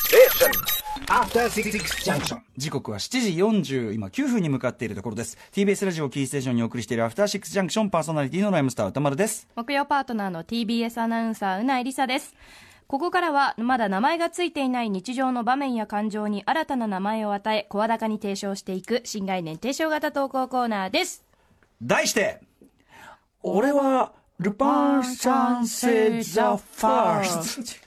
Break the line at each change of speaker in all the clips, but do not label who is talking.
Station.
After Six Junction.
時刻は7時40今9分に向かっているところです TBS ラジオキーステーションにお送りしているアフターシックスジャンクションパーソナリティのライムスター歌丸です
木曜パートナーの TBS アナウンサーうないりさですここからはまだ名前がついていない日常の場面や感情に新たな名前を与え声高に提唱していく新概念提唱型投稿コーナーです
題して俺はルパン三世ザ・ファースト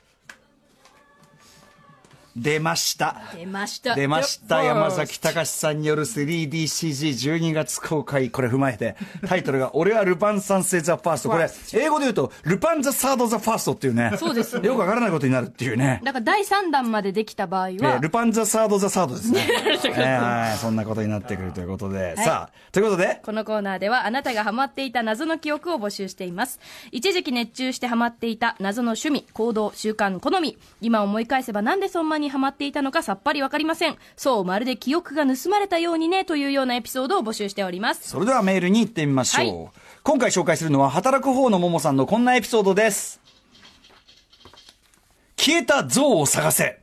出ました
出ました
出ました山崎隆さんによる 3DCG12 月公開これ踏まえてタイトルが「俺はルパン三世ザ・ファースト」これ英語で言うと「ルパンザ・サード・ザ・ファースト」っていうね
そうですね
よくわからないことになるっていうね
だから第3弾までできた場合は、
えールパンザ・サード・ザ・サードです ね、えーはいそんなことになってくるということで、さあということで
このコーナーではあなたがハマっていた謎の記憶を募集しています一時期熱中してハマっていた謎の趣味行動習慣好み今思い返せばなんでそんなにハマっていたのかさっぱりわかりませんそうまるで記憶が盗まれたようにねというようなエピソードを募集しております
それではメールに行ってみましょう、
は
今回紹介するのは働く方のももさんのこんなエピソードです消えた像を探せ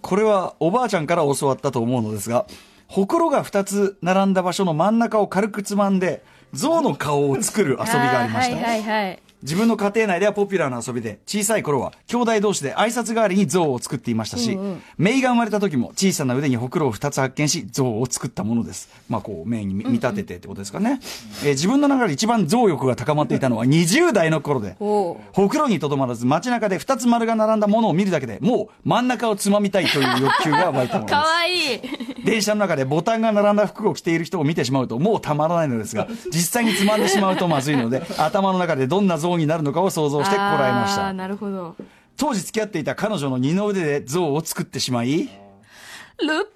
これはおばあちゃんから教わったと思うのですがほくろが2つ並んだ場所の真ん中を軽くつまんで象の顔を作る遊びがありました
ーはいはいはい
自分の家庭内ではポピュラーな遊びで、小さい頃は兄弟同士で挨拶代わりに像を作っていましたし、メイが生まれた時も小さな腕にほくろを2つ発見し、像を作ったものです。まあこう、メイに見見立ててってことですかね。えー自分の中で一番像欲が高まっていたのは20代の頃で、
おう
ほくろにとどまらず街中で2つ丸が並んだものを見るだけでもう真ん中をつまみたいという欲求が湧い たものです
か。わいい
電車の中でボタンが並んだ服を着ている人を見てしまうともうたまらないのですが実際につまんでしまうとまずいの で頭の中でどんな像になるのかを想像してこらえまし
あー
た
なるほど
当時付き合っていた彼女の二の腕で像を作ってしまい
ル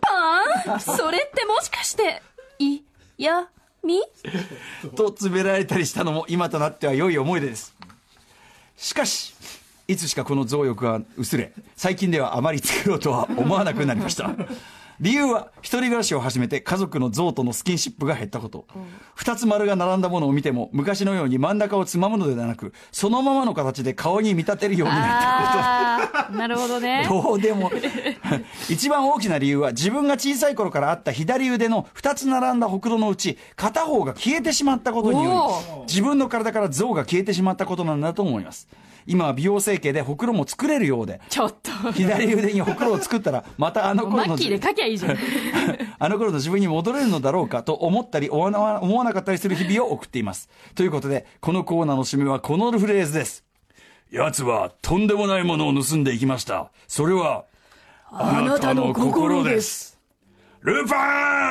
パンそれってもしかしていやみ
と詰められたりしたのも今となっては良い思い出ですしかしいつしかこの増欲が薄れ最近ではあまり作ろうとは思わなくなりました理由は一人暮らしを始めて家族の像とのスキンシップが減ったこと二つ丸が並んだものを見ても昔のように真ん中をつまむのではなくそのままの形で顔に見立てるようになった
あーなるほどね
どうでも 一番大きな理由は自分が小さい頃からあった左腕の2つ並んだほくろのうち片方が消えてしまったことにより自分の体から像が消えてしまったことなんだと思います今は美容整形でほくろも作れるようで
ちょっと
左腕にほくろを作ったらまたあの
マ
頃の
ッキーで書きゃいいじゃん
あの頃の自分に戻れるのだろうかと思ったり思わな思わなかったりする日々を送っています。ということで、このコーナーの締めはこのフレーズです。奴はとんでもないものを盗んでいきました。それは、あ。
なたの心です
ルパ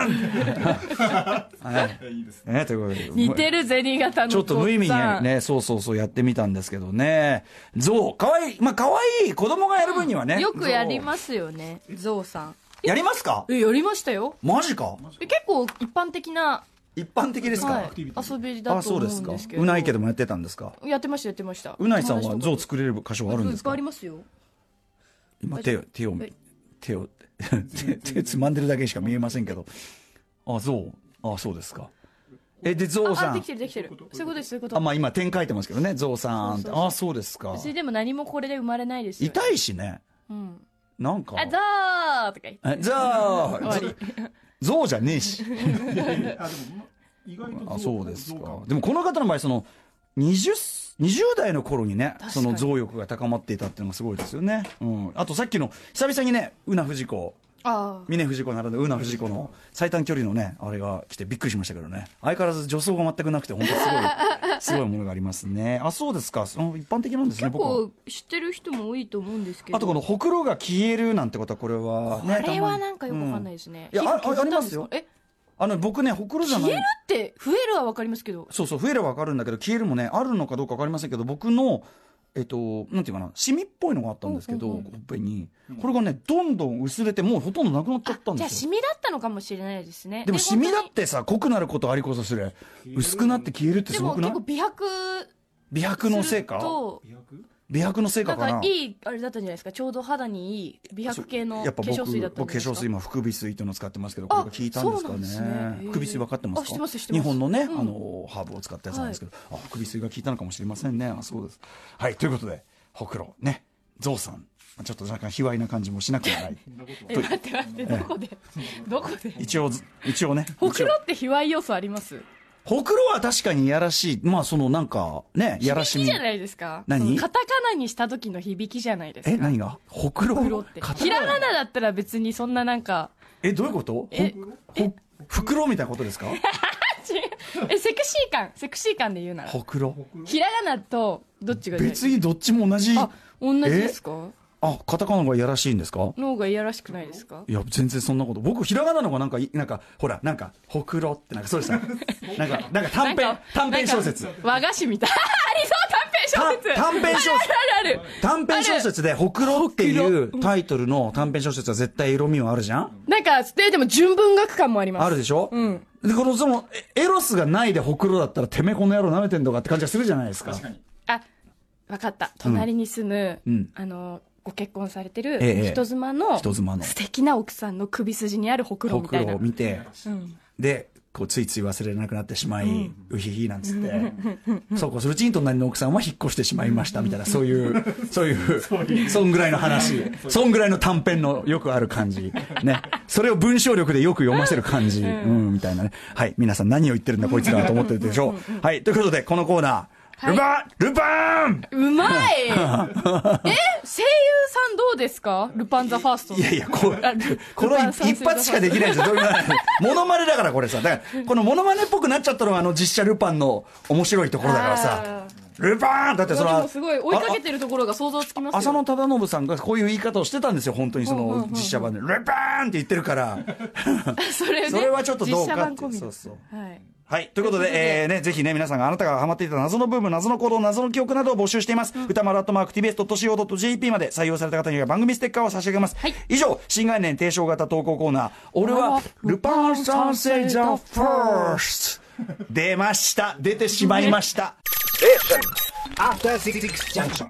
ーンね、ということで。
似てる銭形の
ちょっと無意味
おっさ
に
ん
ね、そうそうそうやってみたんですけどね。ゾウ、かわいい。まあ、かわいい。子供がやる分にはね。
よくやり
す。
ますよねゾウさん
やりますか
えやりましたよ
マジか
え結構一般的な、
一般的ですか、
はい、遊びだ
あ、
と
そう
思
で
う
す
ん
か
ですけ。ど
うないけどもやってたんですか。
やってましたやってました
うないさんは像
ウ
作れる箇所はあるん
い
で
っ
す
ぱいあ
か
り。ますよ
今手を手を
はい
手を手手つまんでるだけしか見えませんけど。あ、像。あ、そうですか。え、で
あ
像さ
あで
ん
き。てるできてるそういうことですそういうこ
あ、
と
まあ今点書いてますけどね。像さんって。
そうそうそう
あ、そうですか。
それでも何もこれで生まれないですよ
痛いしね。
うん
なんか。
あザーとか言って
え像像じゃねえし。
あでもま意外と
あ、そうです
増加
か。でもこの方の場合、その、20、20代の頃にね、その増欲が高まっていたっていうのがすごいですよね。うん。あとさっきの、久々にね、うな藤子、
あ
峰藤子ならぬうな藤子の最短距離のね、あれが来てびっくりしましたけどね。相変わらず助走が全くなくて、本当 すごい、すごいものがありますね。あ、そうですか。その一般的なんですね、
結
僕は。
構知ってる人も多いと思うんですけど
あとこのほくろが消えるなんてことは、これは、ね
あれはなんかよくわかんない
い。
ですね、
うんいやああありますよ
え
あの、僕ね、ほくろじゃない。
消えるって増えるはわかりますけど
そうそう、増えればわかるんだけど、消えるもね、あるのかどうかわかりませんけど、僕の、えっと、なんていうかな、シミっぽいのがあったんですけど、
うんうんうん
ほっぺに。これがね、どんどん薄れて、もうほとんどなくなっちゃったん
じ
で
ゃあ
す
シ
よ。
ミだったのかもしれないですね
でも、シミだ
本
ってさ、濃くなることありこそする。薄くなって消えるっ
当
て
にですも
ごくな
結
い
構美白
美白のせい
する
か
と
美白
美白の成果
なん
かな
かいいあれだったんじゃないですかちょうど肌にいい美白系の
や
化
っぱ僕
粧水だったん
僕
じ
化
ゃないですか
粧水今福美水というのを使ってますけどこれが効いたんですかね
そうなんですね
福美水分かってますか
あ知ってます知ってま
日
す
本のね、
うん
あのハーブを使ったやつなんですけど、あ福美水が効いたのかもしれませんねあそうですはいということでほくろねゾウさんちょっと若干卑猥な感じもしなくはない
え待って待ってど こでどこで
一応一応ね
ほく
一応
ろって卑猥要素あります
ほくろは確かにいやらしいまあそのなんかねやらし
響き
み
じゃないですか
何
そのカタカナにした時の響きじゃないですか
え何がほくろ
ほくろって
片
ひらがなだったら別にそんなな んか
えどういうこと
え
ほほ袋みたいなこと ですか
えセクシー感セクシー感で言うなら
ほくろ
ひらがなとどっちがいい
別にどっちも同じ
あ同じですか
あ、カタカナがいやらしいんですか
の方がいやらしくないですか
いや、全然そんなこと。僕、ひらがなの方がなんかい、なんか、ほら、なんか、ほくろって、なんか、 そうでした。なんか、なんか短
な
編
んか、
短編小説。
なんか和菓子みたい ありそう短編小説
た短編小 説
あるあるある
短編小説で、ほくろっていうタイトルの短編小説は絶対色味はあるじゃん
なんかででも純文学感もあります
あるでしょ
うん
で、この、その、えエロスがないでほくろだったら、てめえこの野郎舐めてんのかって感じがするじゃないですか。
確かに
あわかった隣に住む、
うん
あのご結婚されてる
ええ
人妻の
人妻の
素敵な奥さんの首筋にあるほくろ
ほ
み
く
たい
ろ
な
を見て、
うん
で、こうついつい忘れなくなってしまい、うひひなんつって、そうこうするうちに隣の奥さんは引っ越してしまいましたみたいな、そういう、そういう、そんぐらいの話、そんぐらいの短編のよくある感じ、ね、それを文章力でよく読ませる感じ、うん、みたいなね。はい、皆さん何を言ってるんだこいつらと思ってるでしょう。はい、ということで、このコーナー、ルパンルパン
うま いえ声優さんどうですかルパンザファーストの
いやいや、こう
あル
この
ルパン
一
三世
一発しかできないじゃん。どういうことモノマネだからこれさ。だから、このモノマネっぽくなっちゃったのはあの実写ルパンの面白いところだからさ。ルパーンだって
いや
そ
で
の
もすごい追いかけてるところが想像つきますよ
浅野忠信さんがこういう言い方をしてたんですよ、本当にその実写版で、ルパーンって言ってる から、
それね
それはちょっとどう
実写
かっ
版
ていう、
込み
そ
の
うそう。
はい
はい。ということで、えーね、ぜひね、皆さんがあなたがハマっていた謎のブーム、謎の行動、謎の記憶などを募集しています。歌丸アットマーク TBS.CO.JP まで採用された方には番組ステッカーを差し上げます。
はい
以上、新概念提唱型投稿コーナー、俺は、ルパン三世ザ・ファース ト。出ました。出てしまいました。
After Six Junction.